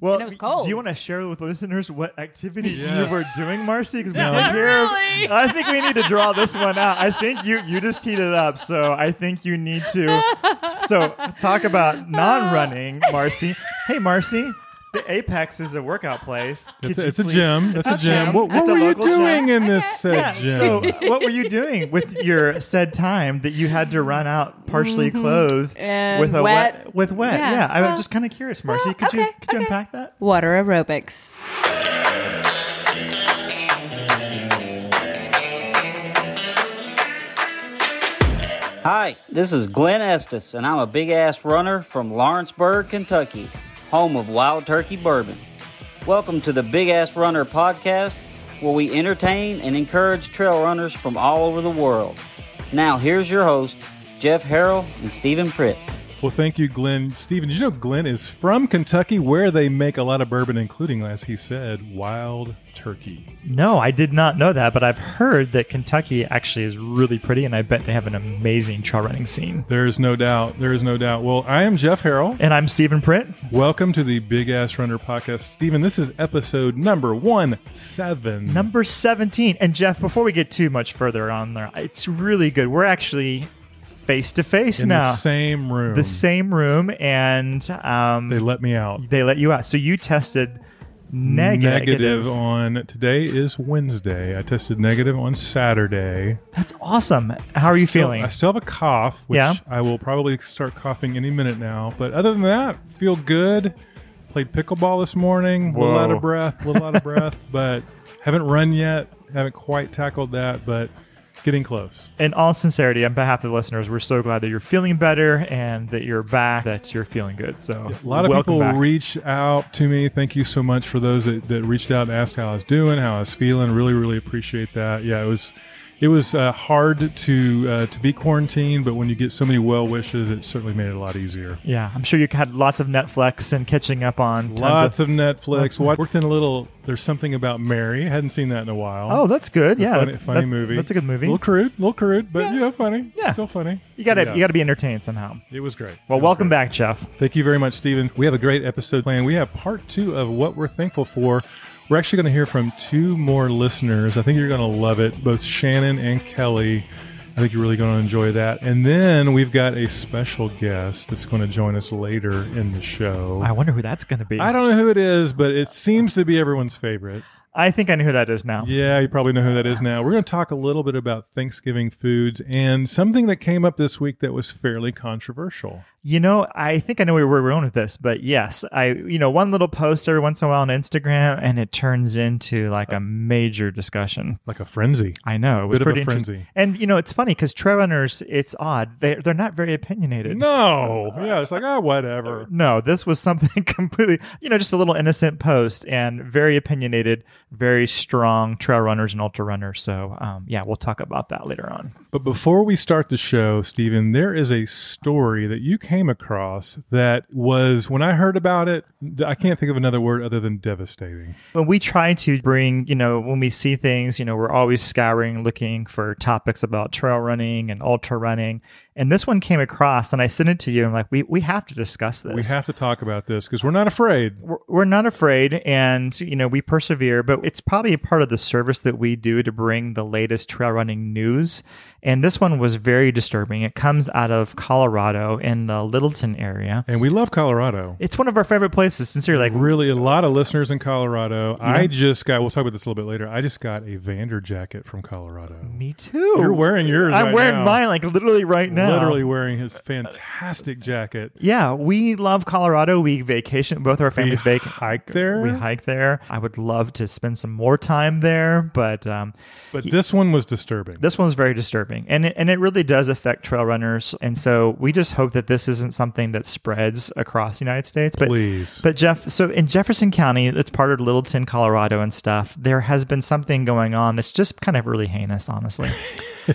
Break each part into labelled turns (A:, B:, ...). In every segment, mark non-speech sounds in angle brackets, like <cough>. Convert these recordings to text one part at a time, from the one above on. A: Well,
B: And it was cold.
A: Do you want to share with listeners what activity
C: Yes.
A: you were doing, Marcy? Because we
B: Not
A: did hear.
B: really.
A: I think we need to draw this one out. I think you you just teed it up, so I think you need to. So talk about
B: <laughs>
A: non-running, Marcy. Hey, Marcy, the Apex is a workout place. Could
C: It's, a,
A: you
C: it's a
A: please-
C: gym. That's a
A: Okay.
C: gym. What, what
A: It's a
C: were you
A: local gym.
C: doing in this said
A: Yeah,
C: gym?
A: <laughs> so what were you doing with your said time that you had to run out partially clothed
B: Mm-hmm. And
A: with a
B: wet.
A: with wet? Yeah,
B: Yeah.
A: I was
B: Well,
A: just kind of curious, Marcy.
B: well,
A: could you
B: okay,
A: could you
B: okay.
A: unpack that?
B: Water aerobics.
D: Hi, this is Glenn Estes, and I'm a big ass runner from Lawrenceburg, Kentucky, home of Wild Turkey Bourbon. Welcome to the Big Ass Runner podcast, where we entertain and encourage trail runners from all over the world. Now, here's your host, Jeff Harrell and Stephen Pritt.
C: Well, thank you, Glenn. Steven, did you know Glenn is from Kentucky, where they make a lot of bourbon, including, as he said, wild turkey.
A: No, I did not know that, but I've heard that Kentucky actually is really pretty, and I bet they have an amazing trail running scene.
C: There is no doubt. There is no doubt. Well, I am Jeff Harrell.
A: And I'm Stephen Pritt.
C: Welcome to the Big Ass Runner podcast. Steven, this is episode number one seven.
A: Number 17. And Jeff, before we get too much further on there, it's really good. We're actually face to face
C: in
A: now.
C: the same room.
A: The same room, and um,
C: They
A: they,
C: let me out.
A: let you out. So you tested negative.
C: negative on today is Wednesday. I tested negative on Saturday.
A: That's awesome. How are you
C: Still-
A: feeling?
C: I still have a cough, which
A: Yeah.
C: I will probably start coughing any minute now. But other than that, feel good. Played pickleball this morning. A little
A: Whoa.
C: out of breath. A little out
A: <laughs>
C: of breath, but haven't run yet. Haven't quite tackled that, but getting close.
A: In all sincerity, on behalf of the listeners, we're so glad that you're feeling better and that you're back, that you're feeling good. So
C: A lot of
A: welcome
C: people
A: back.
C: reach out to me. Thank you so much for those that, that reached out and asked how I was doing, how I was feeling. Really, really appreciate that. Yeah, it was it was uh, hard to uh, to be quarantined, but when you get so many well wishes, it certainly made it a lot easier.
A: Yeah, I'm sure you had lots of Netflix and catching up on tons
C: Lots
A: of.
C: of Netflix. Wa- Worked in a little. There's something about Mary. Hadn't seen that in a while.
A: Oh, that's good. Yeah,
C: funny,
A: that's,
C: funny
A: that-
C: movie.
A: That's a good movie.
C: A little crude, little crude, but yeah,
A: Yeah.
C: funny.
A: Yeah.
C: still funny.
A: you gotta
C: Yeah.
A: you gotta be entertained somehow.
C: It was great.
A: Well,
C: It was
A: welcome
C: great.
A: back, Jeff.
C: Thank you very much, Steven. We have a great episode planned. We have part two of what we're thankful for. We're actually going to hear from two more listeners. I think you're going to love it, both Shannon and Kelly. I think you're really going to enjoy that. And then we've got a special guest that's going to join us later in the show.
A: I wonder who that's gonna be.
C: I don't know who it is, but it seems to be everyone's favorite.
A: I think I know who that is now.
C: Yeah, you probably know who that is now. We're going to talk a little bit about Thanksgiving foods and something that came up this week that was fairly controversial.
A: You know, I think I know where we're going with this, but yes, I you know one little post every once in a while on Instagram, and it turns into like a major discussion.
C: Like a frenzy.
A: I know it was
C: Bit of a
A: pretty interesting.
C: frenzy.
A: And you know, it's funny because trail runners, it's odd they they're not very opinionated.
C: No. Yeah, it's like, ah, whatever.
A: No, this was something <laughs> completely, you know, just a little innocent post and very opinionated, very strong trail runners and ultra runners. So, um, yeah, we'll talk about that later on.
C: But before we start the show, Stephen, there is a story that you came across that was, when I heard about it, I can't think of another word other than devastating.
A: When we try to bring, you know, when we see things, you know, we're always scouring looking for topics about trail running and ultra running. And this one came across and I sent it to you. and I'm like, we, we have to discuss this.
C: We have to talk about this because we're not afraid.
A: we're- we're not afraid and you know we persevere but it's probably a part of the service that we do to bring the latest trail running news and this one was very disturbing it comes out of colorado in the littleton area
C: And we love Colorado.
A: it's one of our favorite places sincerely like
C: Really, a lot of listeners in Colorado. I just got, we'll talk about this a little bit later. I just got a Vander jacket from Colorado.
A: me too
C: You're wearing yours.
A: i'm
C: right
A: wearing
C: now.
A: mine like literally right now
C: Literally wearing his fantastic jacket.
A: yeah we love colorado we vacation both our families
C: We
A: vac-
C: hike there.
A: we hike there i would love to spend some more time there but um
C: But this one was disturbing.
A: This one's very disturbing, and it, and it really does affect trail runners. And so we just hope that this isn't something that spreads across the United States. But
C: Please.
A: but Jeff, so in Jefferson County, that's part of Littleton, Colorado, and stuff. There has been something going on that's just kind of really heinous, honestly.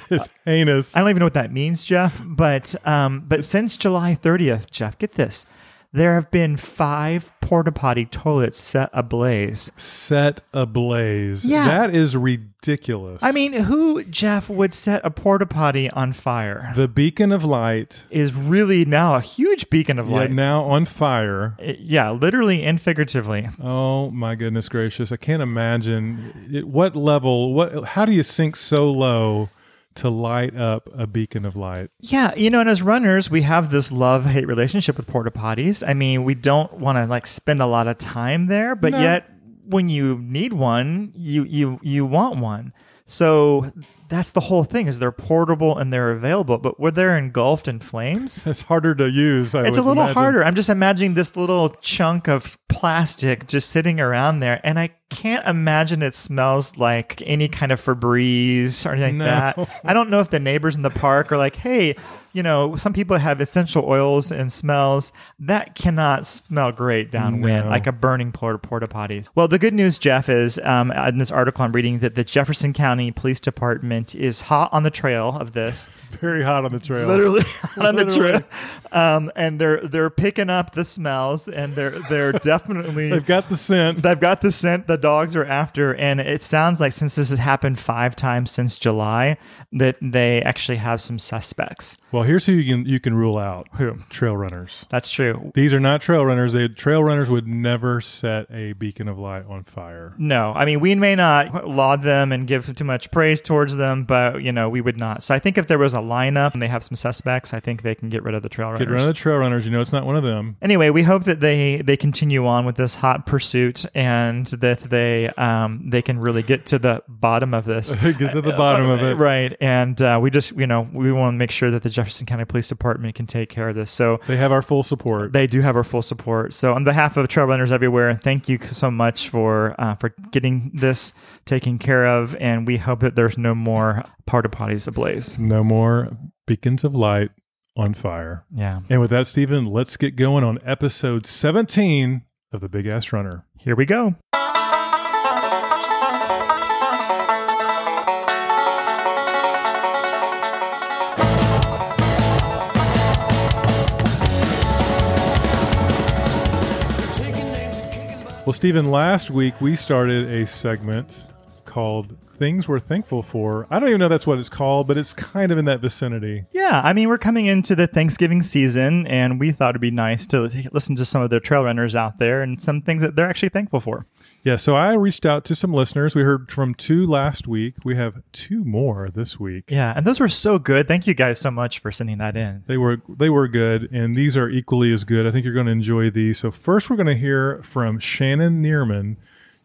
C: it's heinous.
A: I don't even know what that means, Jeff. But um, but since July 30th, Jeff, get this. There have been five porta potty toilets set ablaze.
C: Set ablaze.
A: Yeah.
C: That is ridiculous.
A: I mean, who, Jeff, would set a porta potty on fire?
C: the beacon of light,
A: Is really now a huge beacon of light.
C: yet now on fire.
A: It- yeah, literally and figuratively.
C: Oh my goodness gracious! I can't imagine it, what level. What? How do you sink so low to light up a beacon of light?
A: Yeah, you know, and as runners, we have this love hate relationship with porta potties. I mean, we don't want to like spend a lot of time there, but
C: No.
A: yet when you need one, you you you want one. So that's the whole thing is they're portable and they're available, but were they engulfed in flames?
C: It's harder to use. I
A: It's a
C: would
A: little
C: imagine.
A: harder. I'm just imagining this little chunk of plastic just sitting around there, and I can't imagine it smells like any kind of Febreze or anything
C: No.
A: like that. I don't know if the neighbors in the park are like, hey, you know, some people have essential oils and smells that cannot smell great downwind,
C: No.
A: like a burning porta porta potties. Well, the good news, Jeff, is um, in this article I'm reading that the Jefferson County Police Department is hot on the trail of this
C: Very hot on the trail.
A: Oh. <laughs> literally on the
C: Literally. <laughs>
A: trip. Um, and they're they're picking up the smells, and they're they're
C: <laughs>
A: definitely.
C: They've got the scent.
A: I've got the scent the dogs are after, and it sounds like since this has happened five times since July, that they actually have some suspects.
C: Well, here's who you can you can rule out.
A: Who?
C: Trail runners.
A: That's true.
C: These are not trail runners. They trail runners would never set a beacon of light on fire.
A: No, I mean we may not laud them and give too much praise towards them, but you know we would not. So I think if there was a lineup and they have some suspects, I think they can get rid of the trail runners.
C: Get rid of the trail runners. You know, it's not one of them. <laughs>
A: anyway, we hope that they they continue on with this hot pursuit and that they um, they can really get to the bottom of this.
C: Get to the <laughs> bottom of it.
A: Right, and uh, we just you know we want to make sure that the Jefferson County Police Department can take care of this. So
C: They have our full support.
A: they do have our full support. So on behalf of trail runners everywhere, thank you so much for uh, for getting this taken care of, and we hope that there's no more porta potties ablaze.
C: No more beacons of light on fire.
A: Yeah,
C: And with that, Stephen, let's get going on episode 17 of The Big Ass Runner.
A: here we go.
C: Well, Stephen, last week we started a segment called Things We're Thankful For. I don't even know that's what it's called, but it's kind of in that vicinity.
A: Yeah, I mean, we're coming into the Thanksgiving season, and we thought it'd be nice to listen to some of the trail runners out there and some things that they're actually thankful for.
C: Yeah, so I reached out to some listeners. We heard from two last week. We have two more this week.
A: Yeah, and those were so good. Thank you guys so much for sending that in.
C: They were they were good, and these are equally as good. I think you're going to enjoy these. So first, we're going to hear from Shannon Neerman.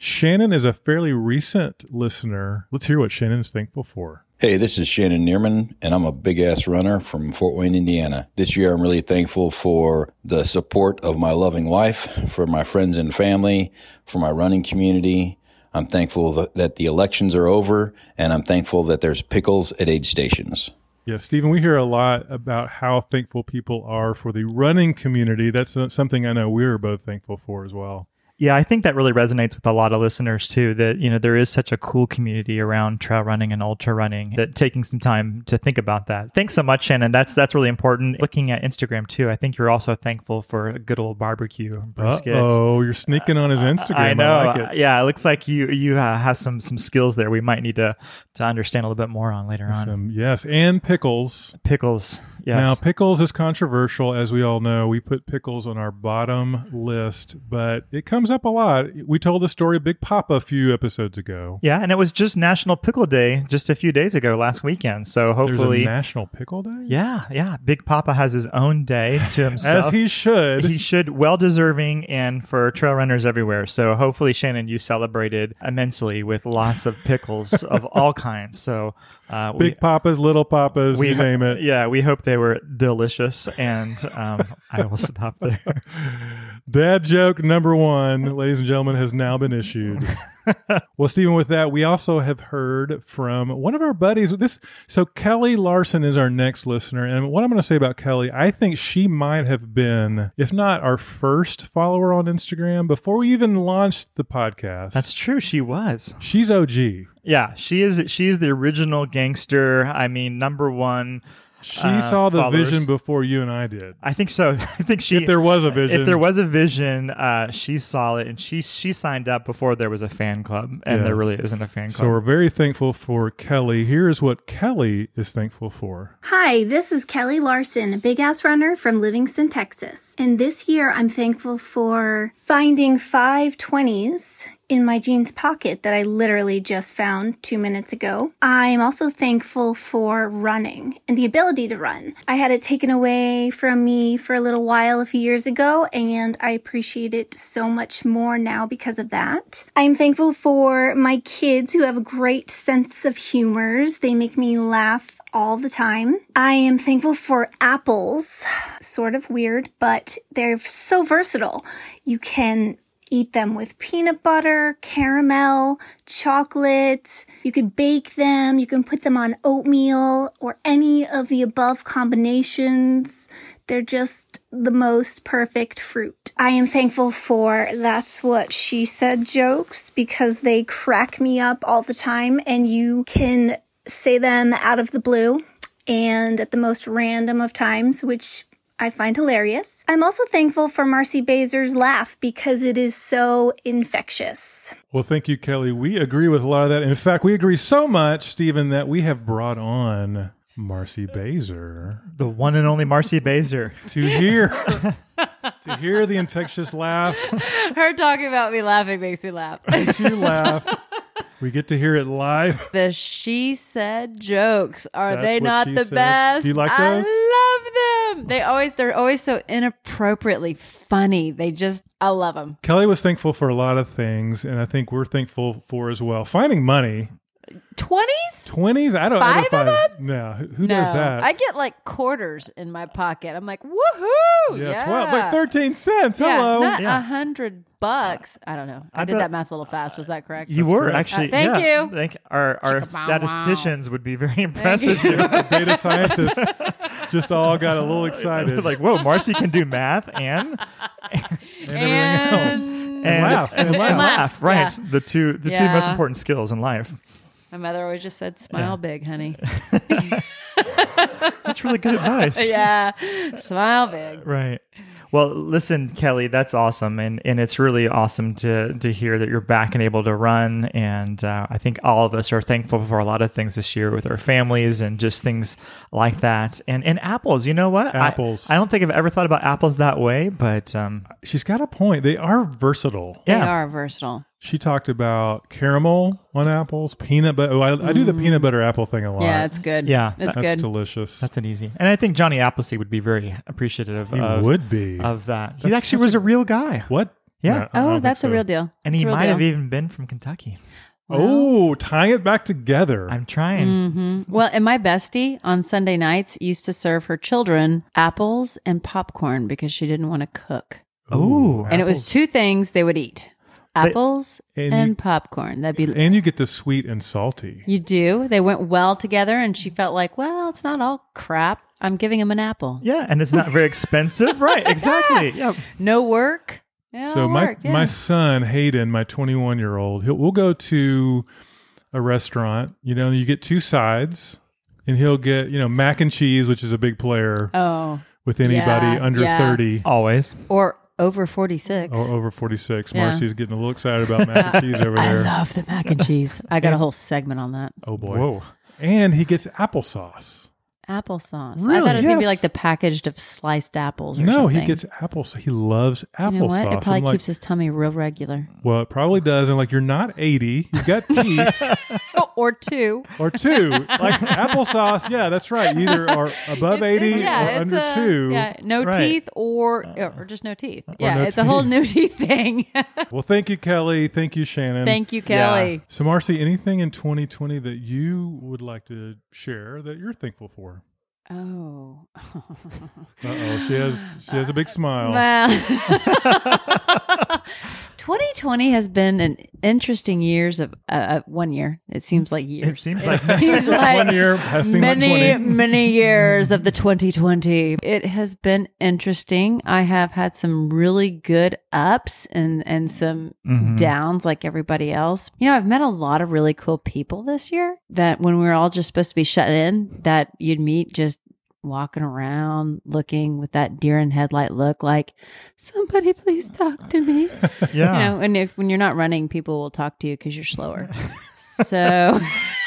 C: Shannon is a fairly recent listener. Let's hear what Shannon is thankful for.
B: Hey, this is Shannon Neerman, and I'm a big ass runner from Fort Wayne, Indiana. This year, I'm really thankful for the support of my loving wife, for my friends and family, for my running community. I'm thankful tha- that the elections are over, and I'm thankful that there's pickles at aid stations.
C: Yeah, Stephen, we hear a lot about how thankful people are for the running community. That's uh, something I know we're both thankful for as well.
A: Yeah, I think that really resonates with a lot of listeners too. That you know there is such a cool community around trail running and ultra running. That taking some time to think about that. Thanks so much, Shannon. That's that's really important. Looking at Instagram too, I think you're also thankful for a good old barbecue and briskets.
C: Oh, you're sneaking on his Instagram.
A: Uh, I know. Uh,
C: like it.
A: Yeah, it looks like you you uh, have some some skills there. We might need to to understand a little bit more on later on.
C: Some- yes, and pickles.
A: Pickles.
C: Now,
A: Yes.
C: pickles is controversial, as we all know. We put pickles on our bottom list, but it comes up a lot. We told the story of Big Papa a few episodes ago.
A: yeah, and it was just National Pickle Day just a few days ago last weekend. So
C: There's a
A: hopefully
C: National Pickle Day?
A: Yeah, yeah. Big Papa has his own
C: <laughs>
A: day to himself.
C: As he should.
A: he should well deserving and for trail runners everywhere. So hopefully Shannon you celebrated immensely with lots of
C: <laughs>
A: pickles of all kinds. So uh we-
C: Big Papas, Little Papas,
A: we
C: you name it.
A: Yeah, we hope they were delicious and um I will stop there.
C: Dad joke number one, ladies and gentlemen, has now
A: <laughs>
C: been issued. well, Stephen, with that, we also have heard from one of our buddies. This so Kelly Larson is our next listener, and what I'm going to say about Kelly, I think she might have been, if not our first follower on Instagram before we even launched the podcast.
A: That's true. She was.
C: she's OG.
A: Yeah, she is. She is the original gangster. I mean, number one.
C: She saw the
A: Uh, followers.
C: vision before you and I did.
A: I think so. <laughs> I think she.
C: If there was a vision,
A: if there was a vision, uh, she saw it, and she she signed up before there was a fan club, and there
C: Yes.
A: really isn't a fan
C: So we're
A: club.
C: very thankful for Kelly. Here is what Kelly is thankful for.
E: Hi, this is Kelly Larson, a big ass runner from Livingston, Texas. And this year I'm thankful for finding five 20s in my jeans pocket that I literally just found two minutes ago. I'm also thankful for running and the ability to run. I had it taken away from me for a little while a few years ago, and I appreciate it so much more now because of that. I'm thankful for my kids who have a great sense of humors. They make me laugh all the time. I am thankful for apples. Sort of weird, but they're so versatile. You can eat them with peanut butter, caramel, chocolate. You could bake them. You can put them on oatmeal or any of the above combinations. They're just the most perfect fruit. I am thankful for that's what she said jokes because they crack me up all the time and you can say them out of the blue and at the most random of times, which I find hilarious. I'm also thankful for Marcy Bazer's laugh because it is so infectious.
C: Well, thank you, Kelly. We agree with a lot of that. In fact, we agree so much, Stephen, that we have brought on Marcy Baser
A: The one and only Marcy
C: <laughs>
A: Baser.
C: to
F: <laughs>
C: hear to hear the infectious laugh.
F: Her talking about me laughing makes me laugh.
C: Makes you laugh. We get to hear it live.
F: <laughs> the she said jokes are
C: That's
F: they
C: what
F: not
C: she
F: the
C: said.
F: best?
C: Do you like those?
F: I love them. They always they're always so inappropriately funny. They just I love them.
C: Kelly was thankful for a lot of things, and I think we're thankful for as well. Finding money.
F: Twenties.
C: Twenties? I don't
F: Five of
C: identify. No, who who does that?
F: I get like quarters in my pocket. I'm like, woohoo! Yeah,
C: yeah, twelve, like thirteen cents.
F: Yeah,
C: Hello.
F: not a
A: Yeah.
F: hundred bucks. I don't know. I,
A: I
F: did
A: bet-
F: that math a little fast. Was that correct?
A: You were
C: correct.
A: actually.
F: Uh, thank
A: yeah,
F: you.
A: Thank our our
F: Chicka-bow-wow.
A: statisticians would be
F: <laughs>
A: very impressed with
F: you.
A: you. <laughs>
C: data
F: <laughs>
C: scientists just all got a little excited.
A: <laughs> like, whoa, Marcy can do math and
C: and, everything
F: <laughs>
C: else.
F: And-
A: and
C: laugh, and laugh.
F: laugh,
A: Right,
F: yeah.
A: It's the two the two most
F: Yeah.
A: important skills in life.
F: my mother always just said, "Smile big, honey."
A: That's really
F: <laughs>
A: good advice.
F: yeah, smile big.
A: Right. Well, listen, Kelly, that's awesome, and and it's really awesome to to hear that you're back and able to run. And uh, I think all of us are thankful for a lot of things this year with our families and just things like that. And and apples, you know what? I-
C: Apples.
A: I, don't think I've ever thought about apples that way, but um,
C: She's got a point. They are versatile.
A: yeah,
F: They are versatile.
C: She talked about caramel on apples, peanut butter. Oh, I, I do the peanut butter apple thing a lot.
F: Mm. Yeah, it's good.
A: Yeah.
F: it's
C: that's
F: good.
C: delicious.
A: that's an easy. And I think Johnny Appleseed would be very appreciative
C: he
A: of
C: would be.
A: of that. He
C: That's
A: actually
C: such
A: was
C: a-
A: a real guy,
C: what?
A: Yeah.
C: I don't
F: oh,
C: think
F: that's
C: so.
F: a real deal.
A: and
F: It's
A: he
F: a real
A: might have
F: deal.
A: even been from Kentucky.
C: Oh, tying it back together.
A: I'm trying.
F: Mm. Well, and my bestie on Sunday nights used to serve her children apples and popcorn because she didn't want to cook.
A: Ooh.
F: And it was two things they would eat apples
C: And
F: and,
C: you-
F: popcorn. That'd
C: <laughs>
F: be.
C: and you get the sweet and salty.
F: You do. They went well together, and she felt like, well, it's not all crap. I'm giving him an apple.
A: Yeah, and it's not very
F: <laughs>
A: expensive, right? Exactly. Yeah.
F: No work. Yeah,
C: so
F: it'll
C: my
F: work, yeah.
C: my son Hayden, my 21 year old, he'll, we'll go to a restaurant. You know, you get two sides, and he'll get you know mac and cheese, which is a big player
F: oh,
C: with anybody
F: yeah,
C: under
F: yeah.
C: 30
A: Always.
F: or over 46.
C: or over 46.
F: Yeah.
C: Marcy's getting a little excited about
F: <laughs>
C: mac and cheese over
F: I
C: there.
F: love the mac and
C: <laughs>
F: cheese. I got a whole segment on that.
C: Oh boy!
F: <laughs>
A: Whoa.
C: And he gets applesauce.
F: Applesauce. I
C: Really?
F: thought it was going to be
C: Yes.
F: like the packaged of sliced apples or
C: No,
F: something.
C: he gets applesauce. He loves applesauce.
F: You know what? It probably
C: I'm like,
F: keeps his tummy real regular.
C: well, it probably does. And like, you're not 80. You've got teeth.
F: <laughs> or two.
C: or two. like applesauce, yeah, that's right. Either
F: <laughs>
C: or above eighty or under two.
F: Yeah, no
A: Right.
F: teeth or or just no teeth. Yeah,
C: no
F: it's a whole
C: teeth.
F: no teeth thing. <laughs>
C: <laughs> Well, thank you, Kelly. Thank you, Shannon.
F: Thank you, Kelly.
C: So, Marcy, anything in 2020 that you would like to share that you're thankful for?
F: Oh.
C: Uh oh, she has she has
F: <laughs>
C: a big smile.
F: Oh. Well, 2020 has been an interesting years of uh, uh, one year. It seems like years.
A: seems like-
F: seems like
C: <laughs> One year has seemed like
F: many
C: 20.
F: many years of the 2020 it has been interesting i have had some really good ups and and some downs like everybody else you know i've met a lot of really cool people this year that when we were all just supposed to be shut in that you'd meet just walking around looking with that deer in headlight look like somebody please talk to me
A: Yeah.
F: you know and if when you're not running people will talk to you because
A: <laughs>
F: you're slower so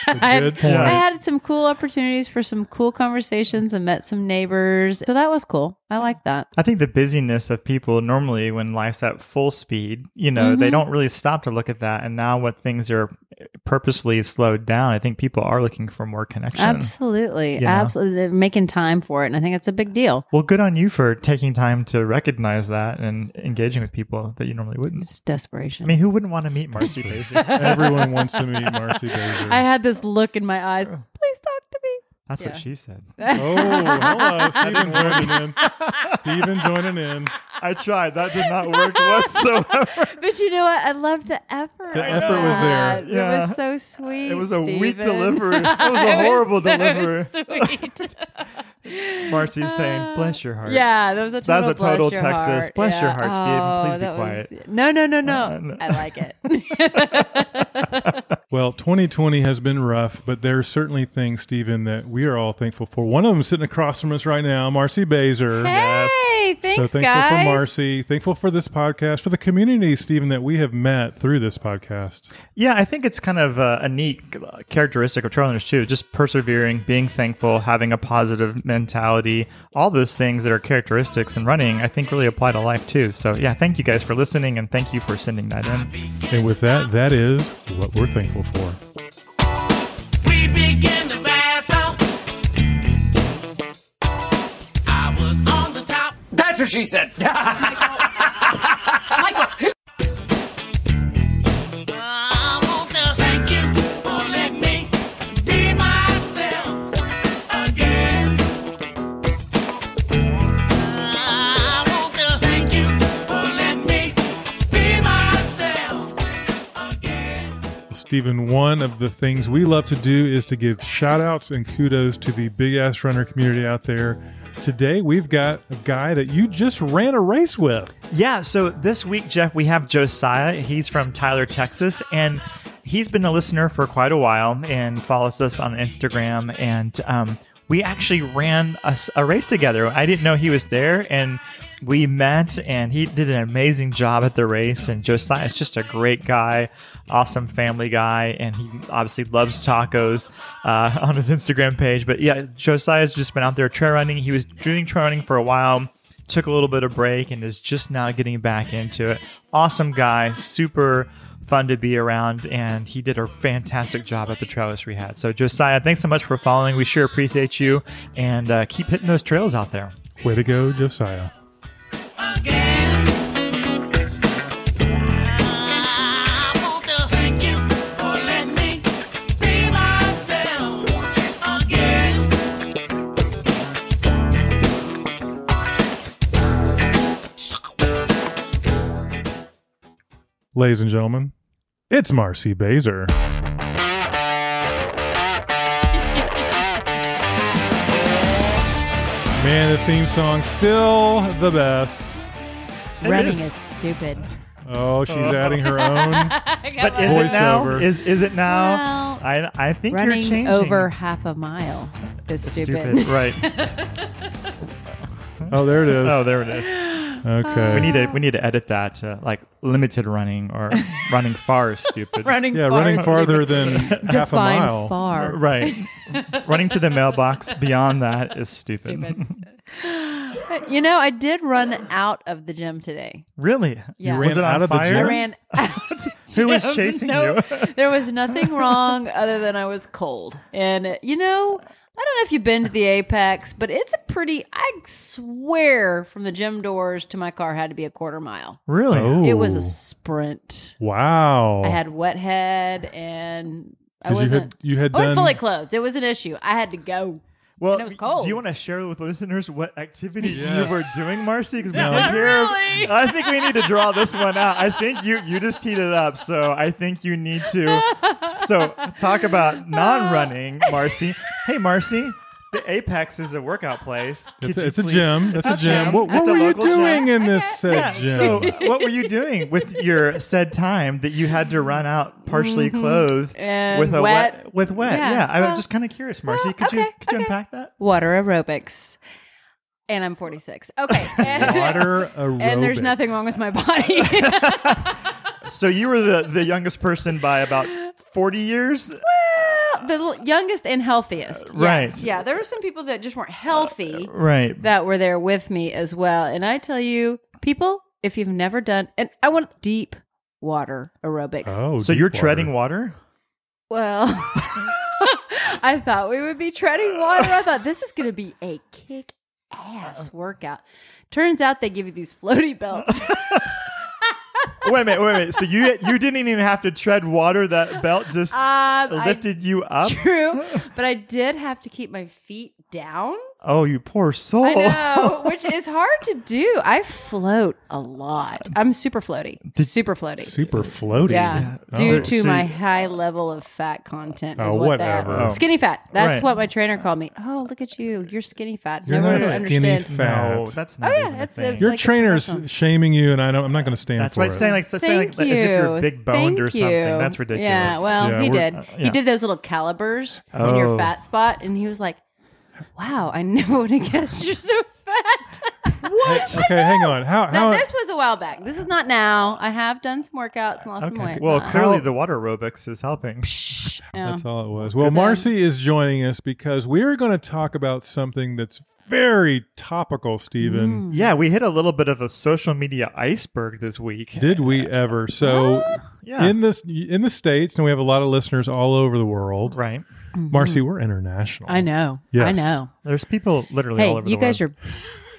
F: I, <laughs>
C: good
F: I
C: point.
F: had some cool opportunities for some cool conversations and met some neighbors so that was cool i like that
A: I think the busyness of people normally when life's at full speed, you know,
F: Mm-hmm.
A: they don't really stop to look at that. And now what things are purposely slowed down, I think people are looking for more connection.
F: absolutely
A: You know?
F: absolutely They're making time for it and i think that's a big deal
A: Well, good on you for taking time to recognize that and engaging with people that you normally wouldn't.
F: it's desperation
A: I mean, who wouldn't want to meet Marcy Baser?
F: <laughs>
C: Everyone wants to meet Marcy Baser.
F: I had this look in my eyes. Please talk to me.
A: That's
F: Yeah.
A: what she
F: <laughs>
A: said.
C: oh, hello, Stephen joining in. Stephen joining in.
A: I tried. That did not work
F: <laughs>
A: whatsoever.
F: But you know what? I love the effort.
C: The
F: I
C: effort was
F: thought.
A: there.
F: It
A: Yeah.
F: was so sweet.
A: It was a weak
F: Steven. <laughs>
A: delivery. It was a
F: It
A: horrible
F: so
A: delivery.
F: Sweet. <laughs>
A: Marcy's saying, bless your heart.
F: yeah, that was a total.
A: That's a total
F: bless your
A: Texas.
F: Heart.
A: Bless your
F: Yeah.
A: heart, Steven. Please
F: Oh,
A: be
F: that was-
A: quiet.
F: no, no, no, no.
A: Uh, no.
F: I like
A: <laughs>
F: it.
C: Well, 2020 has been rough, but there are certainly things, Stephen, that we are all thankful for. One of them sitting across from us right now, Marcy Baser.
F: Hey, thanks,
C: so thankful
F: guys.
C: for Marcy. Thankful for this podcast, for the community, Stephen, that we have met through this podcast.
A: Yeah, I think it's kind of a, a neat characteristic of Trailrunners too. Just persevering, being thankful, having a positive mentality, all those things that are characteristics in running, I think really apply to life too. So yeah, thank you guys for listening and thank you for sending that in.
C: And with that, that is what we're thankful for.
G: We begin to pass out. I was on the top.
H: That's what she said. <laughs>
G: I want to thank you for letting me be myself again. I want to thank you for letting me be myself again.
C: Stephen, one of the things we love to do is to give shout outs and kudos to the big ass runner community out there. Today, we've got a guy that you just ran a race with.
A: Yeah, so this week, Jeff, we have Josiah. He's from Tyler, Texas, and he's been a listener for quite a while and follows us on Instagram. And um, we actually ran a, s- a race together. I didn't know he was there, and we met, and he did an amazing job at the race. And Josiah's just a great guy, awesome family guy, and he obviously loves tacos uh, <laughs> on his Instagram page. But yeah, Josiah's just been out there trail running. He was doing trail running for a while took a little bit of break and is just now getting back into it. Awesome guy, super fun to be around, and he did a fantastic job at the trailers we had. So Josiah, thanks so much for following. We sure appreciate you, and uh, keep hitting those trails out there.
C: Way to go, Josiah.
G: again. I want to thank you for letting me be myself again.
C: Ladies and gentlemen, it's Marcy Baser. Man, the theme song's still the best.
F: Running is stupid.
C: Oh, she's adding her own.
A: <laughs> But is it now?
C: Voiceover.
A: Is is it now?
F: Well,
A: I I think you're
F: Running
A: changing
F: over half a mile is
A: Stupid, right?
C: Oh, there it is.
A: Oh, there it is.
C: Okay.
A: We need to we need to edit that to like limited running or
F: <laughs>
A: running far. is Stupid.
F: <laughs> running
C: <laughs> yeah,
F: far
C: running
F: is
C: farther
F: stupid. <laughs>
C: than half a
F: Define
C: mile.
A: <laughs>
F: far
A: Right. running to the mailbox beyond that is stupid.
F: you know i did run out of the gym today
A: <laughs> Really?
F: Yeah. You
A: was
C: ran
A: it on
C: out of the
A: fire?
F: i
C: gym? <laughs>
F: ran out <laughs>
A: Who was
F: of
A: chasing you?
F: <laughs> there was nothing wrong other than i was cold and uh, you know i don't know if you've been to the apex but it's a pretty i swear from the gym doors to my car had to be a quarter mile
A: Really?
C: Oh.
F: it was a sprint
C: Wow.
F: i had wet head and i
C: Oh. 'Cause you
F: wasn't
C: had, you had
F: I wasn't
C: done
F: fully clothed. It was an issue. I had to go.
A: Well,
F: And it was cold.
A: Do you want to share with listeners what activity
C: Yes.
A: you were doing, Marcy? Because we
C: No.
A: didn't hear.
F: Really?
A: I think we need to draw this one out. I think you you just teed it up, so I think you
F: <laughs>
A: need to. So talk about non-running, Marcy. Hey, Marcy. The Apex is a workout place.
C: It's,
A: Could
C: a-
A: you
C: it's a
A: please-
C: gym. That's a gym. What, what
A: That's a
C: were you
A: local gym.
C: doing in this said
A: Yeah,
C: gym?
A: so
F: <laughs>
A: <laughs> what were you doing with your said time that you had to run out partially clothed
F: Mm-hmm. And
A: with a
F: wet.
A: wet with wet?
F: Yeah,
A: Yeah, I'm
F: well,
A: just kind of curious, Marcy. could you
F: okay,
A: could you
F: okay.
A: unpack that?
F: Water aerobics. And I'm 46. Okay. And,
C: <laughs> Water
F: <laughs>
C: aerobics.
F: and there's nothing wrong with my body. <laughs>
A: So you were the the youngest person by about 40 years.
F: the l- youngest and healthiest. Yes.
A: Right.
F: Yeah. There were some people that just weren't healthy
A: Right.
F: that were there with me as well. And I tell you, people, if you've never done, and I want deep water aerobics.
C: Oh,
A: so
C: deep
A: you're
C: water.
A: treading water?
F: Well, <laughs> I thought we would be treading water. I thought this is going to be a kick ass workout. Turns out they give you these floaty belts. Um,
A: wait a minute, wait a minute. So you you didn't even have to tread water. That belt just
F: Um, I-
A: lifted you up.
F: <laughs> true, but I did have to keep my feet down.
A: Oh, you poor soul.
F: I know, which is hard to do. I float a lot. I'm super floaty. super floaty.
C: Super floaty.
F: yeah.
C: Oh.
F: Due
A: So-
F: to
A: so-
F: my high level of fat content. Is
C: Oh,
F: what
C: whatever.
F: That, skinny fat. That's
A: Right.
F: what my trainer called me. Oh, look at you. You're skinny fat.
C: You're
F: Never
C: not
F: understood.
C: skinny fat.
A: No, that's not.
F: Oh, yeah,
A: even a
F: that's a-
A: thing.
C: Your
F: like
C: trainer's
F: personal. shaming
C: shaming you, and I don't, I'm not going to stand
A: That's
C: for
A: why
C: it.
A: it's
F: <laughs>
A: saying like, it's saying
F: Thank
A: like, as if you're
F: you.
A: big boned or
F: Thank
A: something.
F: you.
A: That's ridiculous.
F: Yeah, well,
C: Yeah,
F: he
C: we're-
F: did.
A: uh,
F: He
A: yeah.
F: did those little calipers on your
A: Oh.
F: fat spot, and he was like, "Wow, I never <laughs> would have guessed you're so fat." what?
C: okay, hang on. How
F: Now,
C: how
F: this was a while back. This is not now. I have done some workouts and lost some weight.
A: Well,
F: Uh,
A: clearly the water aerobics is helping.
F: yeah.
C: That's all it was. Well, Marcy is joining us because we're going to talk about something that's very topical,
F: Hmm.
C: Stephen.
A: Yeah, we hit a little bit of a social media iceberg this week.
C: Did we ever? So,
A: <gasps> Yeah.
C: in this in the states, and we have a lot of listeners all over the world.
A: Right. Mm-hmm.
C: Marcy, we're international.
F: I know. I
C: Yes.
F: know.
A: There's people literally all
F: Hey,
A: over
F: you
A: the
F: guys
A: world.
F: are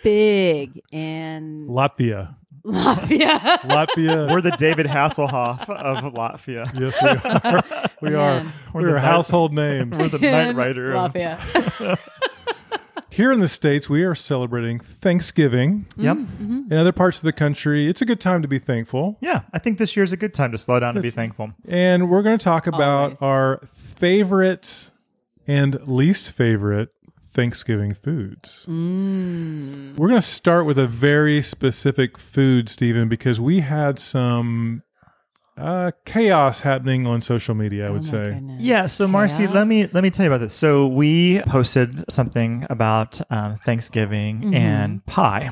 F: big and
C: Latvia,
F: <laughs> Latvia.
C: Latvia.
A: <laughs> We're the David Hasselhoff of Latvia.
C: <laughs> yes, we are. We
F: <laughs>
C: are.
F: Man.
A: <laughs> We're
C: We're
A: the-
C: household names.
A: We're the
F: <laughs>
A: Knight Rider. of-
F: Latvia.
C: Here in the states, we are celebrating Thanksgiving.
A: Yep. Mm.
C: In other parts of the country, it's a good time to be thankful.
A: Yeah, I think this year's a good time to slow down and be thankful.
C: And we're going to talk about
F: Always.
C: our favorite and least favorite Thanksgiving foods.
F: Mm.
C: We're going to start with a very specific food, Stephen, because we had some uh, chaos happening on social media, I
F: Oh
C: would say.
A: Yeah, so Marcy, let me let me tell you about this. So we posted something about um, Thanksgiving
F: Mm-hmm.
A: and pie,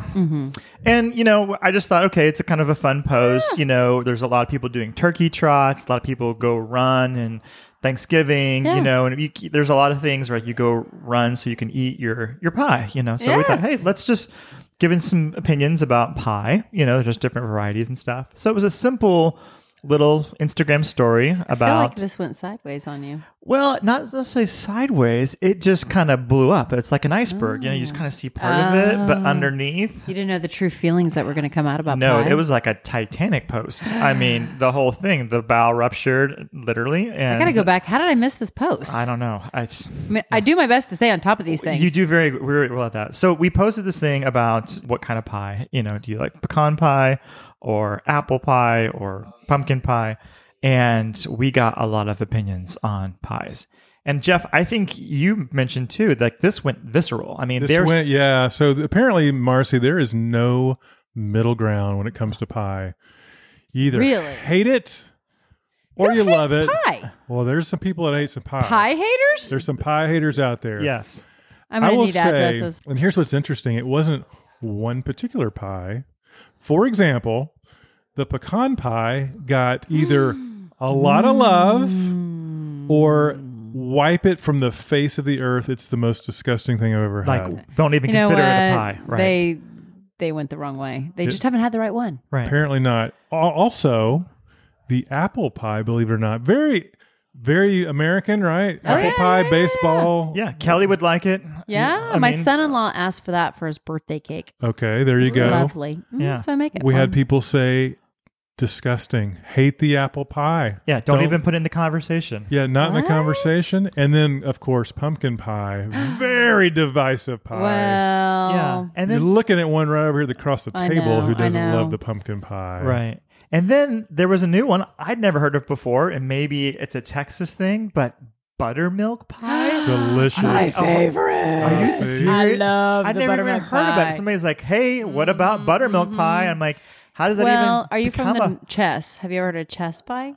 A: and you know, I just thought, okay, it's a kind of a fun post. You know, there's a lot of people doing turkey trots. A lot of people go run and Thanksgiving. You know, and you, there's a lot of things right. You go run so you can eat your your pie. You know, so we thought, hey,
F: Yes.
A: let's just give in some opinions about pie. You know, there's different varieties and stuff. So it was a simple little Instagram story
F: I feel like
A: about
F: this went sideways on you.
A: well, not necessarily sideways. It just kind of blew up. It's like an iceberg. You know, you just kind of see part of it,
F: Oh.
A: but underneath,
F: You didn't know the true feelings that were going to come out about
A: no,
F: pie.
A: it was like a Titanic post. I
F: <sighs>
A: mean, the whole thing, the bow ruptured literally. And
F: I gotta go back. How did I miss this post?
A: I
F: I,
A: don't know. I, s-
F: mean, I do my best to stay on top of these things.
A: you do very, very well at that. So we posted this thing about what kind of pie. You know, do you like pecan pie or apple pie or pumpkin pie? And we got a lot of opinions on pies. And Jeff, I think you mentioned too, like this went visceral. I mean,
C: This
A: there's
C: went, yeah. So th- apparently, Marcy, there is no middle ground when it comes to pie. You either
F: Really?
C: hate it or you
F: hates
C: love it.
F: pie?
C: Well, there's some people that hate some pie.
F: Pie haters?
C: There's some pie haters out there.
A: Yes.
F: I'm
C: I
F: gonna
C: will
F: need
C: say,
F: addresses.
C: and here's what's interesting: it wasn't one particular pie. For example, the pecan pie got either a lot of love
F: Mm.
C: or wipe it from the face of the earth. It's the most disgusting thing I've ever
A: Like,
C: had.
A: don't even
F: You know what?
A: consider it a pie. Right.
F: They they went the wrong way. They just haven't had the right one.
A: right.
C: Apparently not. Al- Also, the apple pie, believe it or not, very, very American, right? apple
F: Oh, yeah,
C: pie,
F: yeah, yeah,
C: baseball.
A: yeah. Kelly would like it.
F: Yeah,
A: I
F: my
A: mean-
F: son-in-law asked for that for his birthday cake.
C: Okay, there you go.
F: Lovely. Mm,
A: Yeah.
F: So I make it.
C: We had
F: fun.
C: people say, disgusting, hate the apple pie.
A: Yeah. Don't, even put in the conversation.
C: Yeah, not in
F: What?
C: the conversation. And then, of course,
F: <gasps>
C: pumpkin pie, very divisive pie.
F: Well,
A: Yeah. And
C: You're
A: then,
C: looking at one right over at the cross the
F: I
C: table
F: know,
C: who
F: I
C: doesn't
F: know.
C: love the pumpkin pie.
A: right. And then there was a new one I'd never heard of before. And maybe it's a Texas thing, but buttermilk
C: <gasps>
A: pie?
C: Delicious. Oh,
F: favorite.
A: Are you
C: I
A: serious?
F: love
A: I've
F: the
A: never even
F: buttermilk
A: heard about
F: pie. Mm-hmm.
A: it. Somebody's like, "Hey, what about buttermilk pie?" I'm like, "How does that
F: well,
A: even?"
F: are you from
A: become
F: the chess? Have you ever heard of chess pie?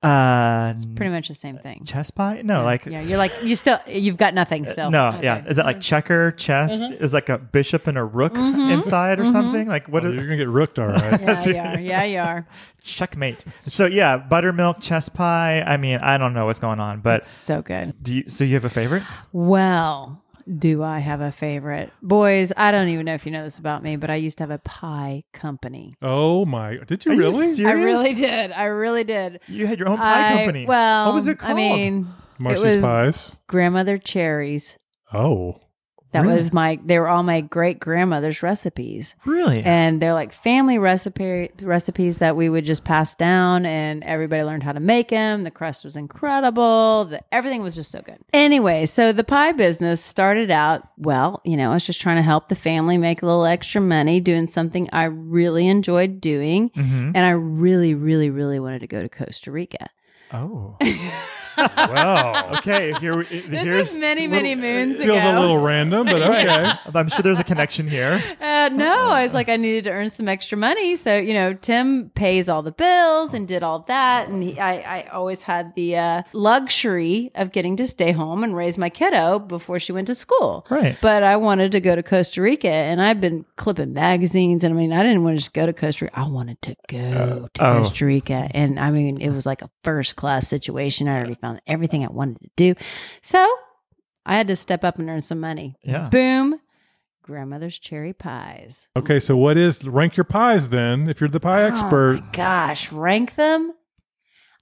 A: a, uh,
F: Pretty much the same thing.
A: chess pie? No, like
F: yeah, you're like you still you've got nothing still.
A: no,
F: Okay. Mm-hmm.
A: yeah. Is that like checker chess? Is like a bishop and a rook inside or
F: Mm-hmm.
A: something? Like what
C: You're
A: is
C: going to get rooked, all right.
F: <laughs> Yeah, you are. Yeah, you are.
A: checkmate? So yeah, buttermilk chess pie. I mean, I don't know what's going on, but
F: So good.
A: do you? So you have a favorite?
F: Well, do I have a favorite? Boys, I don't even know if you know this about me, but I used to have a pie company.
C: Oh, my. Did you
A: Are
C: really?
A: You serious?
F: I really did. I really did.
A: You had your own pie
F: I-
A: company.
F: Well,
A: what was it called?
F: I mean,
C: Marcy's
F: was-
C: Pies.
F: grandmother cherries.
C: Oh.
F: That
A: Really?
F: was my. They were all my great grandmother's recipes.
A: really?
F: and they're like family recipe recipes that we would just pass down and everybody learned how to make them the crust was incredible the, everything was just so good anyway so the pie business started out well you know i was just trying to help the family make a little extra money doing something i really enjoyed doing
A: Mhm.
F: and i really really really wanted to go to costa rica <laughs>
A: Oh,
C: Wow.
A: okay. Here, we-
F: this
A: here's
F: was many many moons ago
C: Feels a little
F: <laughs>
C: random, but okay.
A: I'm sure there's a connection here.
F: Uh, no, I was like, I needed to earn some extra money. So, you know, Tim pays all the bills and did all that. And he, I, I always had the uh, luxury of getting to stay home and raise my kiddo before she went to school.
A: Right.
F: But I wanted to go to Costa Rica and I'd been clipping magazines. And I mean, I didn't want to just go to Costa Rica. I wanted to go to
A: oh.
F: Costa Rica. And I mean, it was like a first class situation. I already found everything I wanted to do. So I had to step up and earn some money.
A: Yeah.
F: Boom. Grandmother's cherry pies.
C: Okay, so what is rank your pies then? If you're the pie expert,
F: Oh my gosh, rank them.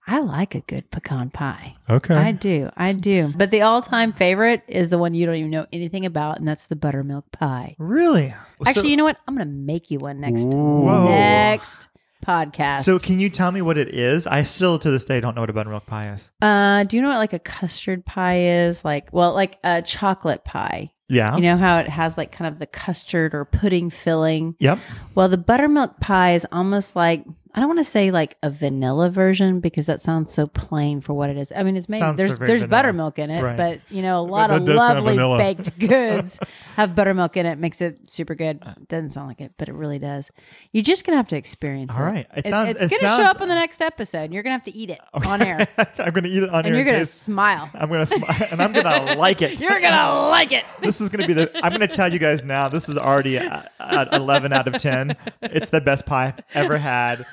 F: I like a good pecan pie.
C: okay.
F: I do. I do. But the all time favorite is the one you don't even know anything about, and that's the buttermilk pie.
A: Really?
F: Actually, you know what? I'm going to make you one next.
A: Whoa.
F: Next podcast.
A: So, can you tell me what it is? I still, to this day, don't know what a buttermilk pie is.
F: uh, do you know what like a custard pie is? Like, well, like a chocolate pie.
A: Yeah.
F: You know how it has like kind of the custard or pudding filling?
A: Yep. <laughs>
F: Well, the buttermilk pie is almost like I don't want to say like a vanilla version because that sounds so plain for what it is. I mean, it's made
A: Sounds
F: there's
A: so very
F: there's
A: vanilla.
F: buttermilk in it,
A: Right.
F: but you know a lot
C: that
F: of
C: does sound
F: lovely
A: <laughs>
C: vanilla.
F: baked goods have buttermilk in it. Makes it super good. Doesn't sound like it, but it really does. You're just gonna have to experience
A: All
F: it.
A: right. It
F: It-
A: sounds-
F: it's
A: it
F: gonna show
A: sounds-
F: up in the next episode. You're gonna have to eat it
A: <laughs>
F: on air,
A: I'm gonna eat it on
F: and
A: air.
F: you're gonna
A: taste.
F: smile.
A: I'm <laughs> gonna smile, and I'm gonna
F: <laughs>
A: like it. <laughs>
F: You're gonna like it.
A: This is gonna be the. I'm gonna tell you guys now. This is already at, at 11 out of 10. It's the best pie I've ever had.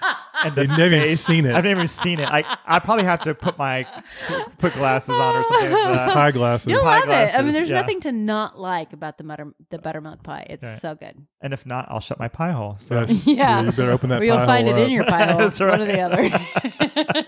A: And the
C: They've never even
F: <laughs>
A: face-
C: seen it.
A: I've never even seen it. I I probably have to put my put glasses on or something. for that.
C: Pie glasses.
F: You'll
A: Pie
F: love it. I mean,
A: glasses,
F: there's
A: yeah.
F: nothing to not like about the butter the buttermilk pie. It's
A: Right.
F: so good.
A: And if not, I'll shut my pie hole. So
F: <laughs>
C: Yes.
F: Yeah.
C: You better open that
F: Or you'll
C: pie
F: find it
C: hole
F: in
A: <laughs>
C: up.
F: your pile.
A: That's
F: One or
A: <laughs>
F: the other.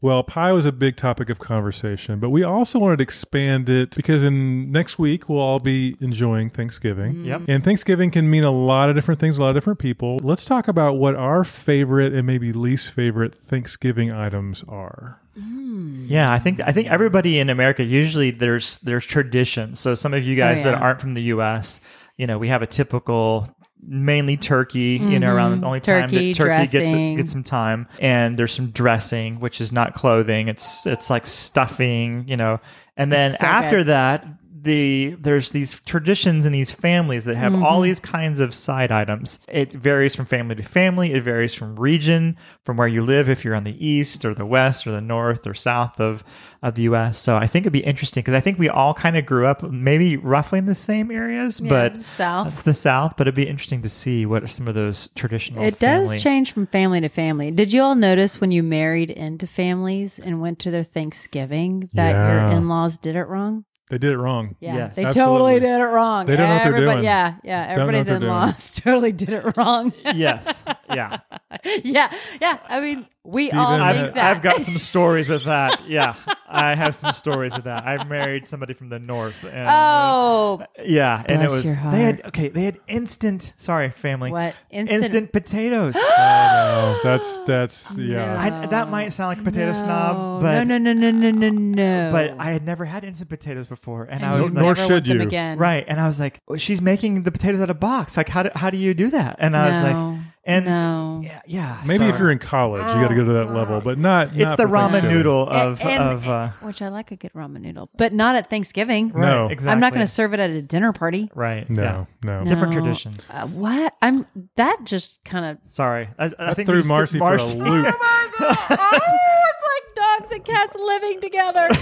C: Well, pie was a big topic of conversation, but we also wanted to expand it because in next week we'll all be enjoying
F: Mm.
C: Thanksgiving.
A: Yep.
C: And Thanksgiving can mean a lot of different things, a lot of different people. Let's talk about what our favorite and maybe least favorite Thanksgiving items are.
A: Yeah, I think I think everybody in America usually there's there's traditions. So some of you guys that
F: Oh, yeah.
A: aren't from the U.S., you know, we have a typical mainly turkey. You know, around the only time
F: Mm-hmm. Turkey,
A: that turkey
F: dressing.
A: gets gets some time, and there's some dressing, which is not clothing. It's it's like stuffing, you know, and then
F: so
A: after
F: good.
A: that. The there's these traditions in these families that have
F: Mm-hmm.
A: all these kinds of side items. It varies from family to family. It varies from region, from where you live, if you're on the east or the west or the north or south of, of the U.S. So I think it'd be interesting because I think we all kind of grew up maybe roughly in the same areas, but
F: south.
A: that's the south. But it'd be interesting to see what are some of those traditional.
F: It does
A: family-
F: change from family to family. Did you all notice when you married into families and went to their Thanksgiving that
C: Yeah.
F: your in laws did it wrong?
C: They did it wrong.
F: Yeah,
A: Yes.
F: they
C: Absolutely.
F: totally did it wrong.
C: They don't know what they're
F: Everybody-
C: doing.
F: Yeah, yeah.
C: know what
F: Everybody's
C: they're
F: in laws <laughs> totally did it wrong. <laughs>
A: yes, yeah.
F: yeah, yeah. I mean, we all
C: Steven,
F: think
A: I've,
F: that.
A: I've got some stories with that. Yeah, I have some stories with that. I married somebody from the north, and uh,
F: <laughs> Oh,
A: yeah, and it
F: Bless
A: was
F: your
A: they
F: heart.
A: had okay, they had instant. Sorry, family.
F: What?
A: instant,
F: Instant- <gasps>
A: potatoes?
C: Oh, that's that's yeah.
A: I, that might sound like a <laughs> potato
F: no.
A: snob, but
F: no, no, no, no, no, no.
A: but I had never had instant potatoes before, and, I
F: You
A: was
F: never
A: like,
C: nor should
F: want them
C: you.
F: again.
A: right, and I was like, "Oh, she's making the potatoes out of box. Like, how do how do you do that? And I was
F: No.
A: like, And
F: No.
A: yeah, yeah,
C: Maybe if
A: sorry.
C: you're in college, you got to go to
F: Oh,
C: that level, but not.
A: it's
C: not
A: the
C: for
A: ramen
C: Thanksgiving.
A: noodle of
F: And- and-
A: of uh,
F: which I like a good ramen noodle, but not at Thanksgiving.
A: right,
C: No.
A: exactly.
F: I'm not going to serve it at a dinner party.
A: Right.
C: No,
A: yeah.
C: no.
A: Different
F: No.
A: traditions.
F: Uh, what? I'm that just kind
C: <laughs>
F: of
A: Sorry, I, I
C: That
A: think
C: threw
A: we just-
C: Marcy, for a loop.
F: oh, it's like dogs and cats living <laughs> together.
A: <laughs>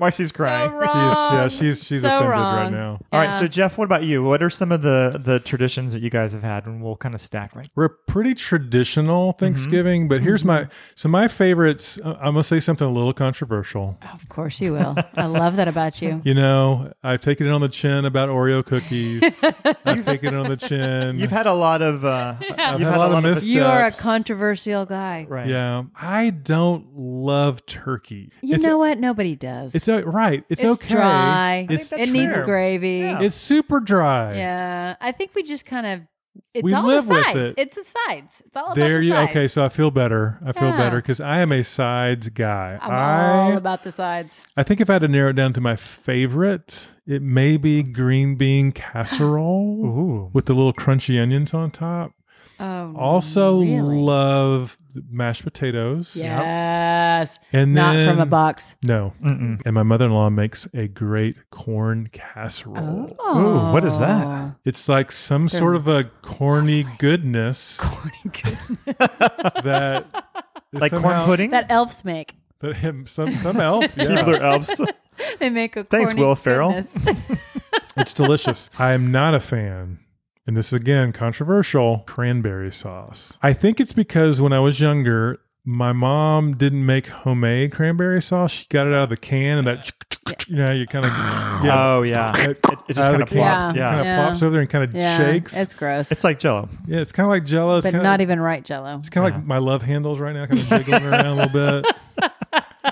A: Marcy's crying.
F: So
C: She's yeah,
F: <laughs> wrong.
C: she's she's
F: Oh, so
C: offended right
F: wrong.
C: now.
A: All right,
F: Yeah.
A: so Jeff, what about you? What are some of the the traditions that you guys have had, and we'll kind of stack right?
C: We're a pretty
A: Mm-hmm.
C: traditional Thanksgiving, but here's my so my favorites. uh, I'm gonna say something a little controversial.
A: Oh.
F: Of course you will. I love that about
C: <laughs>
F: you.
C: You know, I've taken it on the chin about
A: <laughs>
C: Oreo cookies. I've taken it on the chin.
A: You've had a lot of
F: <laughs>
A: uh,
C: I've
A: you've had a lot of
C: missteps.
F: You are a controversial guy.
A: right.
C: Yeah, I don't love turkey.
F: You
C: it's,
F: know what? Nobody does.
C: it's o- right. It's,
F: It's
C: okay.
F: dry.
C: It's
A: that's
F: it needs
A: fair.
F: gravy.
A: Yeah.
F: Yeah.
C: it's super dry.
F: I think we just kind of. It's
C: We
F: all
C: live
F: the
C: with
F: sides.
C: it.
F: It's the sides. It's all about
C: There
F: the
C: you
F: sides.
C: okay? So I feel better. I feel
F: Yeah.
C: better because I am a sides guy.
F: I'm
C: I-
F: all about the sides.
C: I think if I had to narrow it down to my favorite, it may be green bean
A: <gasps>
C: casserole
A: Ooh.
C: with the little crunchy onions on top.
F: Oh,
C: Also
F: really?
C: love mashed potatoes.
F: yes.
C: And
F: Not
C: then-
F: from a box.
C: No.
A: Mm-mm.
C: And my mother-in-law makes a great corn casserole.
A: Ooh, what is that?
F: Oh.
C: It's like some sort of a corny
F: <laughs>
C: goodness that is
A: Like corn
C: somehow-
A: pudding.
F: That elves make. <laughs>
C: That him some some
A: <laughs>
C: elf. yeah.
A: Keebler elves.
F: They make a
A: Thanks,
F: corny
A: Will Ferrell.
F: goodness.
A: <laughs>
F: <laughs>
C: It's <laughs> delicious. I am not a fan, and this is again controversial, cranberry sauce. I think it's because when I was younger, my mom didn't make homemade cranberry sauce. She got it out of the can and that, you know,
F: <sighs>
C: you kind of, <laughs> yeah.
A: <laughs> Oh yeah, it, it just
C: Out
A: kind
C: of
A: of
C: the can.
A: plops.
F: Yeah.
A: Yeah.
C: Kind of plops over there and kind of
F: yeah,
C: shakes.
F: It's gross.
A: it's like Jello.
C: yeah, it's kind of like Jello. It's
F: but
C: kinda,
F: not even right jello.
C: It's kind of like my love handles right now,
F: <laughs>
C: kind of jiggling around a little bit.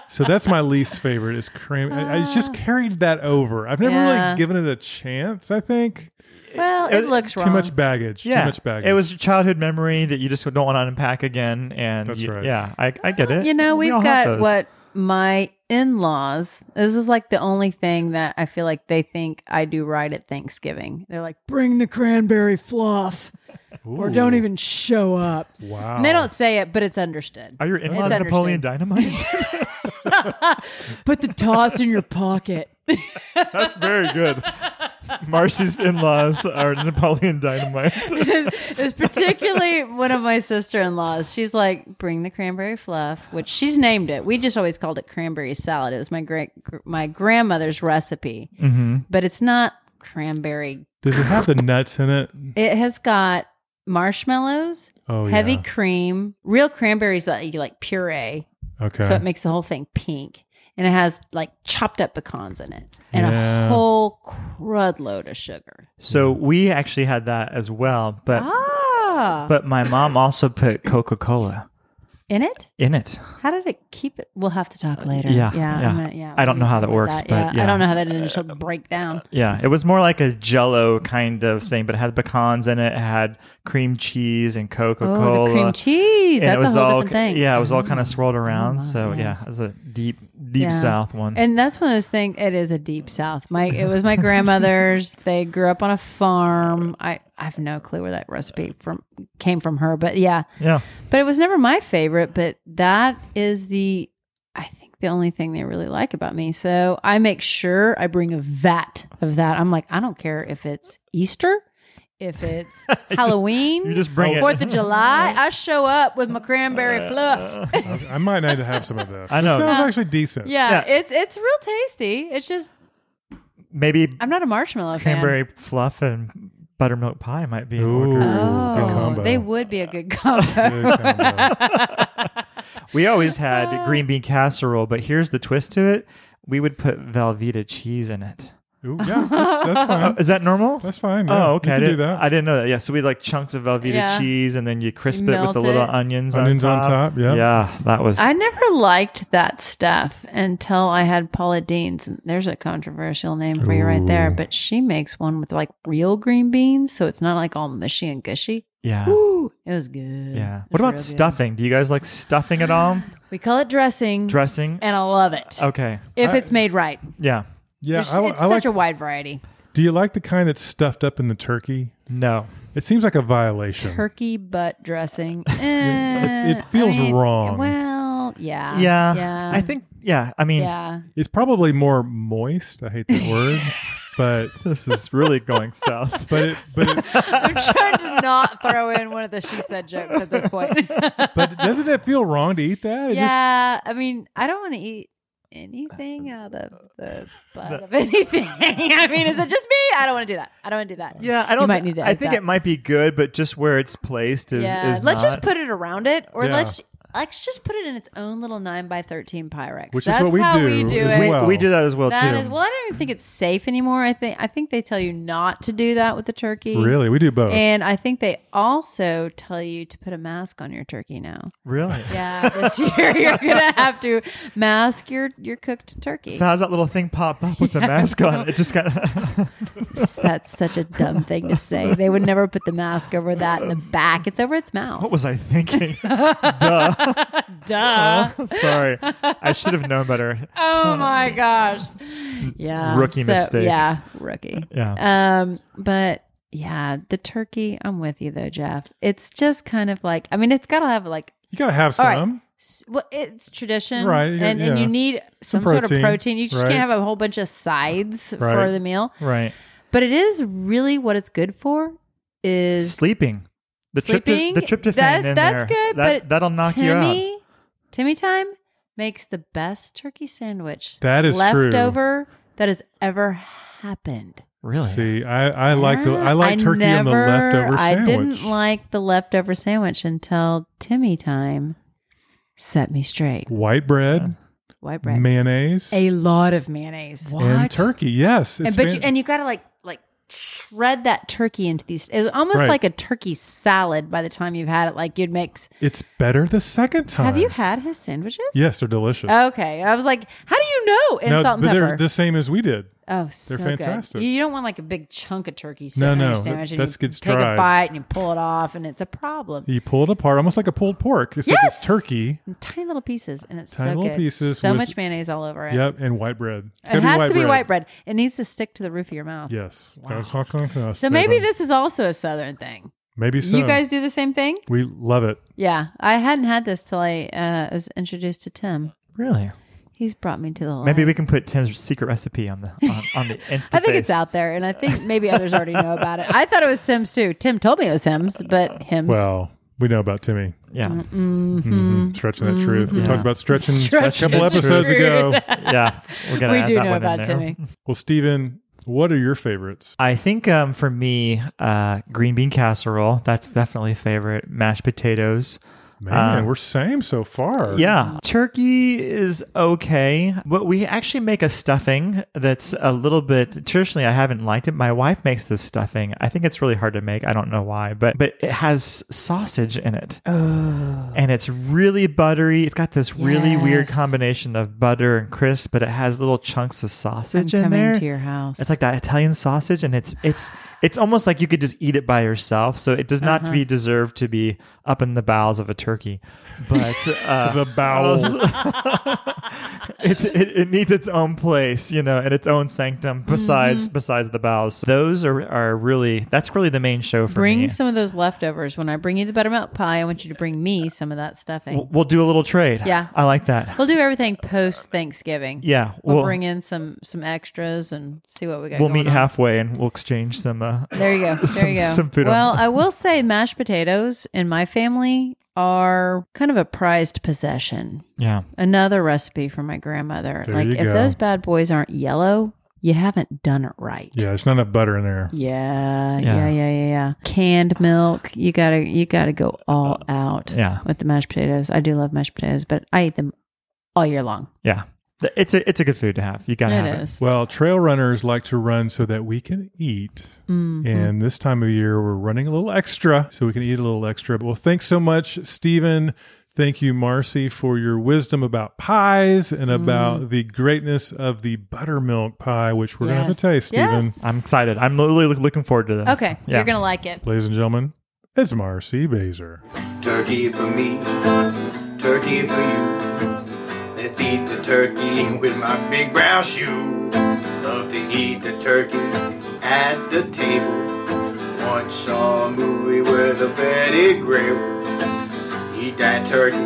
C: So that's my least favorite is cran. I, I just carried that over. I've never
F: Ah. Yeah.
C: really given it a chance. I think
F: Well, it,
A: it-
F: looks wrong.
C: too much baggage.
A: Yeah,
C: Too much baggage.
A: it was a childhood memory that you just don't want to unpack again. And
C: That's
A: you-
C: right.
A: Yeah, I, I get it.
F: You know,
A: We
F: we've
A: all have
F: got
A: those.
F: what my in-laws. This is like the only thing that I feel like they think I do right at Thanksgiving. They're like, "Bring the cranberry fluff, or don't even show up."
C: wow.
F: And they don't say it, but it's understood.
A: Oh. Are your in-laws
F: It's
A: Napoleon Dynamite?
F: <laughs> Put the tots in your pocket.
A: That's very <laughs> good. Marcy's in-laws are Napoleon Dynamite.
F: It's particularly one of my sister-in-laws. She's like, "Bring the cranberry fluff," which she's named it. We just always called it cranberry salad. It was my great my grandmother's recipe,
C: Mm-hmm.
F: but it's not cranberry.
C: Does it have the nuts
F: <laughs>
C: in it?
F: It has got marshmallows,
C: Oh,
F: heavy
C: yeah.
F: cream, real cranberries that you like puree,
C: Okay.
F: so it makes the whole thing pink, and it has like chopped up pecans in it, and
C: Yeah.
F: a whole crud load of sugar.
A: <laughs> so we actually had that as well, but
F: Ah,
A: but my mom also put Coca-Cola
F: in it.
A: in it.
F: How did it keep it? We'll have to talk later.
A: Uh, yeah,
F: yeah,
A: yeah.
F: I'm gonna- yeah,
A: I don't
F: we
A: know how
F: can
A: that
F: talk about
A: works, but
F: I
A: yeah. Uh,
F: don't know how that initial breakdown.
A: Yeah, it was more like a Jello kind of thing, but it had pecans in it. It had cream cheese and Coca-Cola.
F: Oh, the cream cheese.
A: And it
F: That's
A: was
F: a whole
A: all,
F: different thing.
A: Yeah, it was all kind of swirled around.
F: my,
A: so
F: yes.
A: yeah, it was a deep, deep
F: Yeah.
A: south one.
F: And that's one of those things. It is a deep South. My it
A: <laughs>
F: was my grandmother's. they grew up on a farm. I I have no clue where that recipe from came from her, but yeah.
A: yeah,
F: But it was never my favorite. But that is the I think the only thing they really like about me. So I make sure I bring a vat of that. I'm like I don't care if it's Easter,
A: <laughs>
F: if it's Halloween,
A: you just bring it. Uh,
F: Fourth
A: <laughs>
F: of July. I show up with my cranberry <laughs> fluff.
C: I I might need to have some of
F: <laughs>
C: this.
A: I know.
C: It sounds actually decent.
F: Uh, Yeah,
A: Yeah.
F: it's it's real tasty. It's just
A: maybe
F: I'm not a marshmallow fan.
A: cranberry fluff and buttermilk pie might be. in
C: Ooh.
A: order.
F: Oh,
C: Good combo.
F: they would be a good combo.
C: Good combo.
A: We always
F: <laughs>
A: had green bean casserole, but here's the twist to it: we would put Velveeta cheese in it.
C: Ooh, yeah,
F: <laughs>
C: that's, that's fine.
A: Is that normal?
C: That's fine. yeah.
A: oh,
C: You
A: okay. I
C: can
A: didn't,
C: do that.
A: I didn't know that. Yeah, so we had, like chunks of Velveeta
F: Yeah.
A: cheese, and then you crisp
F: You
A: it with
F: melt
A: the little
F: it.
A: onions.
C: Onions on
A: on
C: top, yeah.
A: yeah, that was.
F: I never liked that stuff until I had Paula Dean's. And there's a controversial name for you right there, but she makes one with like real green beans, so it's not like all mushy and gushy.
A: yeah,
F: Ooh, it was good.
A: yeah.
F: It was
A: What
F: real
A: about
F: good.
A: stuffing? Do you guys like stuffing at
F: <laughs>
A: all?
F: We call it dressing,
A: Dressing?
F: and I love it
A: Okay.
F: if it's made right.
A: Oh, Yeah.
C: yeah,
F: There's-
C: I,
F: it's
C: I
F: such
C: like
F: a wide variety.
C: Do you like the kind that's stuffed up in the turkey?
A: No.
C: It seems like a violation.
F: turkey butt dressing.
C: it
F: Eh,
C: feels wrong.
F: Well, yeah.
A: Yeah.
F: Uh, Yeah.
A: I think, yeah. I mean,
F: Yeah.
C: It's probably more moist. I hate
F: <laughs>
C: that word, but
A: <laughs> this is really going south.
C: but it, but it,
F: I'm trying to not throw in one of the she said jokes at this point.
C: but doesn't it feel wrong to eat that? It just-
F: yeah. I mean, I don't want to eat anything out of Uh, the butt of anything. <laughs> I mean, is it just me? I don't want to do that. I don't want to do that.
A: Yeah, I don't.
F: might
A: thi-
F: need to
A: I
F: add
A: think
F: that.
A: it might be good, but just where it's placed is
F: yeah.
A: is
F: let's
A: not.
F: just put it around it, or
C: Yeah.
F: let's let's just put it in its own little nine by thirteen Pyrex.
C: Which is
F: That's
C: what we
F: how
C: do
F: we do
C: as
F: it.
A: we,
C: well.
A: we do that as well
F: That
A: too.
F: is well. I don't even think it's safe anymore. I think I think they tell you not to do that with the turkey.
C: really, we do both.
F: And I think they also tell you to put a mask on your turkey now.
A: Really.
F: Yeah, this year you're gonna have to mask your your cooked turkey.
A: So how's that little thing pop up with the mask on? It just
F: <laughs>
A: got.
F: That's such a dumb thing to say. They would never put the mask over that in the back. It's over its mouth.
A: what was I thinking?
F: <laughs>
A: <laughs> Duh. Oh, Sorry, I should have known better.
F: Oh my gosh. Yeah.
A: Rookie mistake.
F: Yeah, rookie.
A: Yeah.
F: Um, but yeah, the turkey, I'm with you though, Jeff. It's just kind of like I mean, it's gotta have like
C: you gotta have
F: All right.
C: some.
F: s- well, it's tradition,
C: Right,
F: And,
C: yeah,
F: and
C: yeah.
F: you need some,
C: Some
F: sort of
C: protein,
F: protein. You just
C: right.
F: can't have a whole bunch of sides
C: Right.
F: for the meal.
A: Right.
F: But it is really what it's good for is
A: Sleeping. The trypto-
F: sleeping.
A: the tryptophan
F: That-
A: in
F: that's
A: there.
F: good,
A: That,
F: but
A: that'll knock you out.
F: Timmy, Timmy time makes the best turkey sandwich.
C: That is true.
F: leftover that has ever happened.
A: Really.
C: See, I I like the I
F: Yeah,
C: like turkey on the
F: never-
C: leftover
F: I
C: sandwich.
F: didn't like the leftover sandwich until Timmy time set me straight.
C: white bread,
F: White bread,
C: mayonnaise,
F: a lot of mayonnaise,
C: and turkey. Yes,
F: and,
C: it's
F: but you,
C: fan-
F: and you got to like like shred that turkey into these. It's almost
C: Right.
F: like a turkey salad. By the time you've had it, like you'd mix.
C: it's better the second time.
F: Have you had his sandwiches?
C: Yes, they're delicious.
F: Okay, I was like, how do you know? In
C: No,
F: salt and
C: but
F: pepper.
C: they're the same as we did.
F: Oh, so good.
C: fantastic.
F: You- You don't want like a big chunk of turkey
C: No,
F: sitting on your
C: no,
F: sandwich.
C: that-
F: and
C: that's
F: you
C: gets
F: take
C: dry.
F: a bite and you pull it off, and it's a problem.
C: You pull it apart, almost like a pulled pork. It's like it's
F: Yes!
C: turkey.
F: In tiny little pieces, and it's
C: Tiny
F: so
C: little
F: good.
C: pieces
F: so
C: with-
F: much mayonnaise all over it.
C: Yep, and white bread. It's
F: It
C: gotta
F: has to be white bread. It needs to stick to the roof of your mouth.
C: Yes. Wow.
F: So maybe this is also a southern thing.
C: Maybe so.
F: You guys Mm-hmm. do the same thing?
C: We love it.
F: Yeah, I hadn't had this till I uh, was introduced to Tim.
A: Really.
F: He's brought me to the.
A: Maybe
F: light.
A: we can put Tim's secret recipe on the on, on the Insta.
F: <laughs> I think it's
A: face.
F: out there, and I think maybe others already know about it. I thought it was Tim's too. Tim told me it was Tim's, but Him's.
C: Well, we know about Timmy
A: Yeah.
C: Mhm. stretching that truth. We
A: Yeah.
C: talked about stretching,
F: Mm-hmm. Stretching
C: a couple
A: the
C: episodes
F: truth. <laughs>
C: ago.
A: Yeah. We're gonna
F: we
A: add
F: do
A: that
F: know
A: one in
F: about
A: there.
F: Timmy.
C: Well, Steven, what are your favorites?
A: I think um, for me, uh, green bean casserole. That's definitely a favorite. Mashed potatoes.
C: Man,
F: Uh,
A: Um,
C: we're same so far.
A: Yeah, turkey is okay, but we actually make a stuffing that's a little bit traditionally. I haven't liked it. My wife makes this stuffing. I think it's really hard to make. I don't know why, but but it has sausage in it, and it's really buttery. It's got this really weird
F: Yes.
A: combination of butter and crisp, but it has little chunks of sausage in
F: coming
A: there.
F: to your house.
A: It's like that Italian sausage, and it's it's it's almost like you could just eat it by yourself. So it does
F: Uh-huh.
A: not be deserved to be up in the bowels of a turkey,
F: <laughs>
A: but uh,
C: The bowels.
A: <laughs> it's it, it needs its own place, you know, and its own sanctum besides
F: Mm-hmm.
A: besides the bowels. So those are are really that's really the main show for
F: Bring
A: me.
F: some of those leftovers. When I bring you the buttermilk pie, I want you to bring me some of that stuffing.
A: we'll,
F: We'll,
A: we'll do a little trade.
F: Yeah.
A: I like that.
F: do everything post Thanksgiving.
A: yeah,
F: We'll,
A: we'll
F: bring in some some extras and see what we got.
A: we'll
F: going
A: meet
F: on.
A: halfway and we'll exchange some. Uh,
F: There
A: <laughs>
F: you go. There
A: some-
F: you go.
A: some food on-
F: well, I will say mashed potatoes in my family are kind of a prized possession.
A: yeah,
F: Another recipe from my grandmother.
C: There
F: like
C: you
F: if
C: go.
F: those bad boys aren't yellow, you haven't done it right.
C: Yeah, there's not enough butter in there.
F: Yeah,
A: Yeah.
F: yeah, yeah, yeah, yeah. Canned milk. You gotta, you gotta go all
C: Uh,
F: out.
A: Yeah.
F: with the mashed potatoes. I do love mashed potatoes, but I eat them all year long.
A: yeah. Th- It's a it's a good food to have. You gotta have
F: it
A: it.
F: is.
C: Well, trail runners like to run so that we can eat.
F: Mm-hmm.
C: And this time of year, we're running a little extra so we can eat a little extra. But well, thanks so much, Stephen. Thank you, Marcy, for your wisdom about pies and
F: Mm.
C: about the greatness of the buttermilk pie, which we're going to have
F: Yes.
C: to taste, Stephen.
F: Yes.
A: I'm excited. I'm literally look- looking forward to this.
F: Okay,
A: Yeah.
F: you're gonna like it.
C: Ladies and gentlemen, it's Marcy Baser.
H: Turkey for me, turkey for you. Let's eat the turkey with my big brown shoe. The love to eat the turkey at the table. Once saw a movie with a Betty Grable. Eat that turkey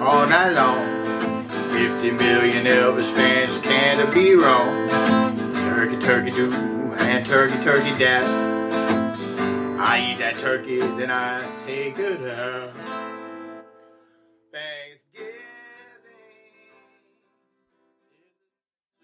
H: all night long. 50 million Elvis fans can't be wrong. Turkey, turkey do, and turkey, turkey dap. I eat that turkey, then I take it home. Thanksgiving.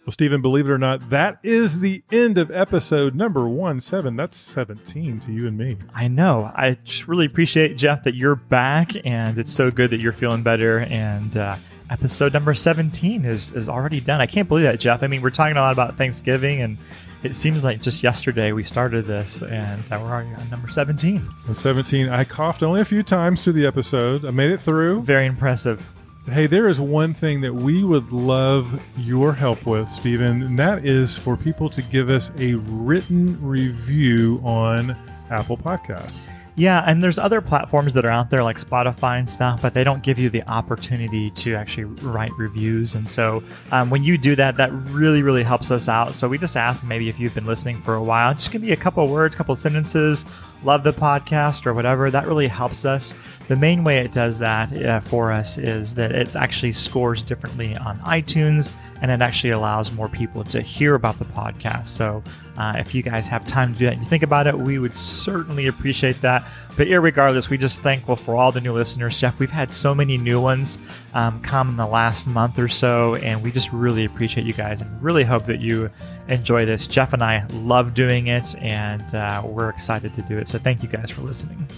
C: Well, Stephen, believe it or not, that is the end of episode number one seven. That's seventeen to you and me.
A: I know. I just really appreciate, Jeff, that you're back, and it's so good that you're feeling better. And uh, episode number 17 is, is already done. I can't believe that, Jeff. I mean, we're talking a lot about Thanksgiving, and it seems like just yesterday we started this, and uh, we're already on number 17.
C: On seventeen, I coughed only a few times through the episode. I made it through.
A: Very impressive.
C: Hey, there is one thing that we would love your help with, Stephen, and that is for people to give us a written review on Apple Podcasts.
A: Yeah, and there's other platforms that are out there like Spotify and stuff, but they don't give you the opportunity to actually write reviews. And so um, when you do that, that really, really helps us out. So we just ask maybe if you've been listening for a while, just give me a couple words, couple sentences, love the podcast or whatever. That really helps us. The main way it does that uh, for us is that it actually scores differently on iTunes and it actually allows more people to hear about the podcast. So uh, if you guys have time to do that and you think about it, we would certainly appreciate that. But irregardless, we just thankful for all the new listeners. Jeff, we've had so many new ones um, come in the last month or so, and we just really appreciate you guys and really hope that you enjoy this. Jeff and I love doing it, and uh, we're excited to do it. So thank you guys for listening.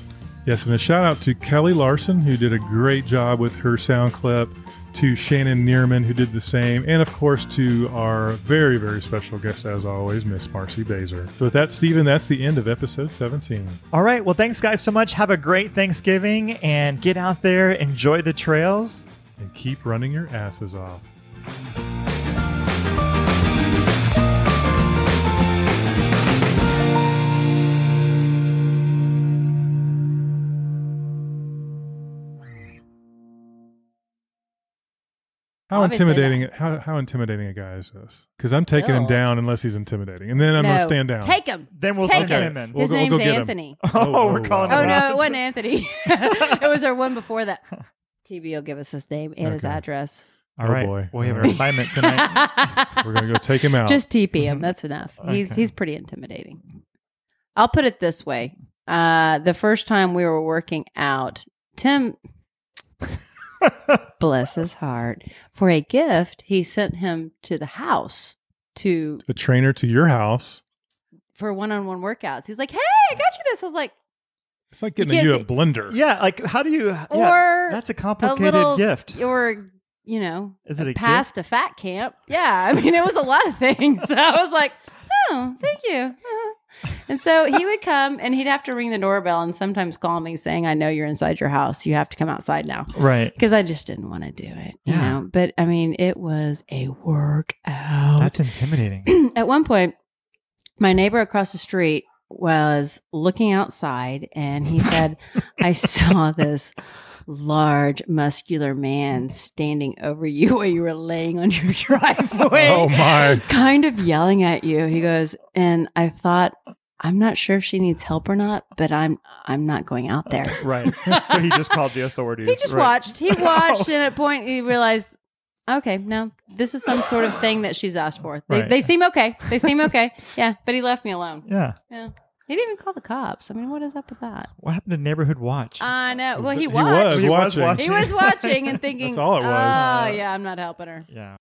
C: Yes, and a shout out to Kelly Larson, who did a great job with her sound clip, to Shannon Neerman, who did the same, and of course to our very, very special guest, as always, Miss Marcy Baser. So, with that, Stephen, that's the end of episode 17.
A: All right. Well, thanks, guys, so much. Have a great Thanksgiving and get out there, enjoy the trails.
C: And keep running your asses off. How
F: Obviously
C: intimidating! How, how intimidating a guy is this? Because I'm taking him
F: No.
C: down unless he's intimidating, and then I'm gonna
F: No.
C: stand down.
F: Take him.
A: Then we'll
F: take
A: send
F: him.
A: him in.
C: We'll
F: His
C: go- we'll
F: name's
C: go get him. <laughs>
F: Anthony.
A: <laughs> Oh, we're calling
F: Oh
A: him
F: no,
A: out.
F: it wasn't Anthony. it was our one before that. TB will give us his name and his
C: Okay.
F: address.
A: All
C: Oh,
A: right.
C: boy.
A: We have
C: <laughs>
A: an assignment tonight.
C: We're gonna go take him out.
F: Just TP him. That's enough. He's
A: Oh. Mm-hmm. Okay.
F: he's pretty intimidating. I'll put it this way. Uh the first time we were working out,
A: <laughs>
F: Tim bless his heart, for a gift, he sent him to the house to
C: a trainer to your house.
F: for one-on-one workouts. He's like, "Hey, I got you this." I was like,
C: It's like
F: You
C: getting a
F: can't
C: you a
F: see-
A: <laughs>
C: blender.
A: yeah. Like, how do you? Yeah,
F: "Or
A: that's a
F: a
A: complicated
F: little
A: gift.
F: or you know, uh,
A: Is it a
F: past a fat camp. Yeah, I mean, it was a lot of things. <laughs> I was like, oh, thank you. And so he would come and he'd have to ring the doorbell and sometimes call me saying, I know you're inside your house. You have to come outside now.
A: gift? Right.
F: Because I just didn't want to do it, you
A: Yeah.
F: know. But I mean, it was a workout.
A: That's
F: <laughs>
A: intimidating.
F: <clears throat> At one point, my neighbor across the street was looking outside and he said,
C: <laughs>
F: I saw this large, muscular man standing over you while you were laying on your <laughs> driveway,
C: Oh my!
F: kind of yelling at you. He goes, and I thought, I'm not sure if she needs help or not, but I'm I'm not going out there.
A: right. So he just called the authorities.
F: He just
A: Right.
F: watched. <laughs> He watched, and at point he realized, okay, no, this is some sort of thing that she's asked for. They,
A: Right.
F: they seem okay. They <laughs> seem okay. Yeah, but he left me alone.
A: Yeah.
F: Yeah, he didn't even call the cops. I mean, what is up with that?
A: What happened to Neighborhood Watch?
F: I know. Well, he
C: He was
F: watched.
A: He was
C: watching.
A: watching.
F: <laughs> He was Um, watching and thinking.
C: That's all it was.
F: Oh yeah, I'm not helping her.
A: <laughs> yeah.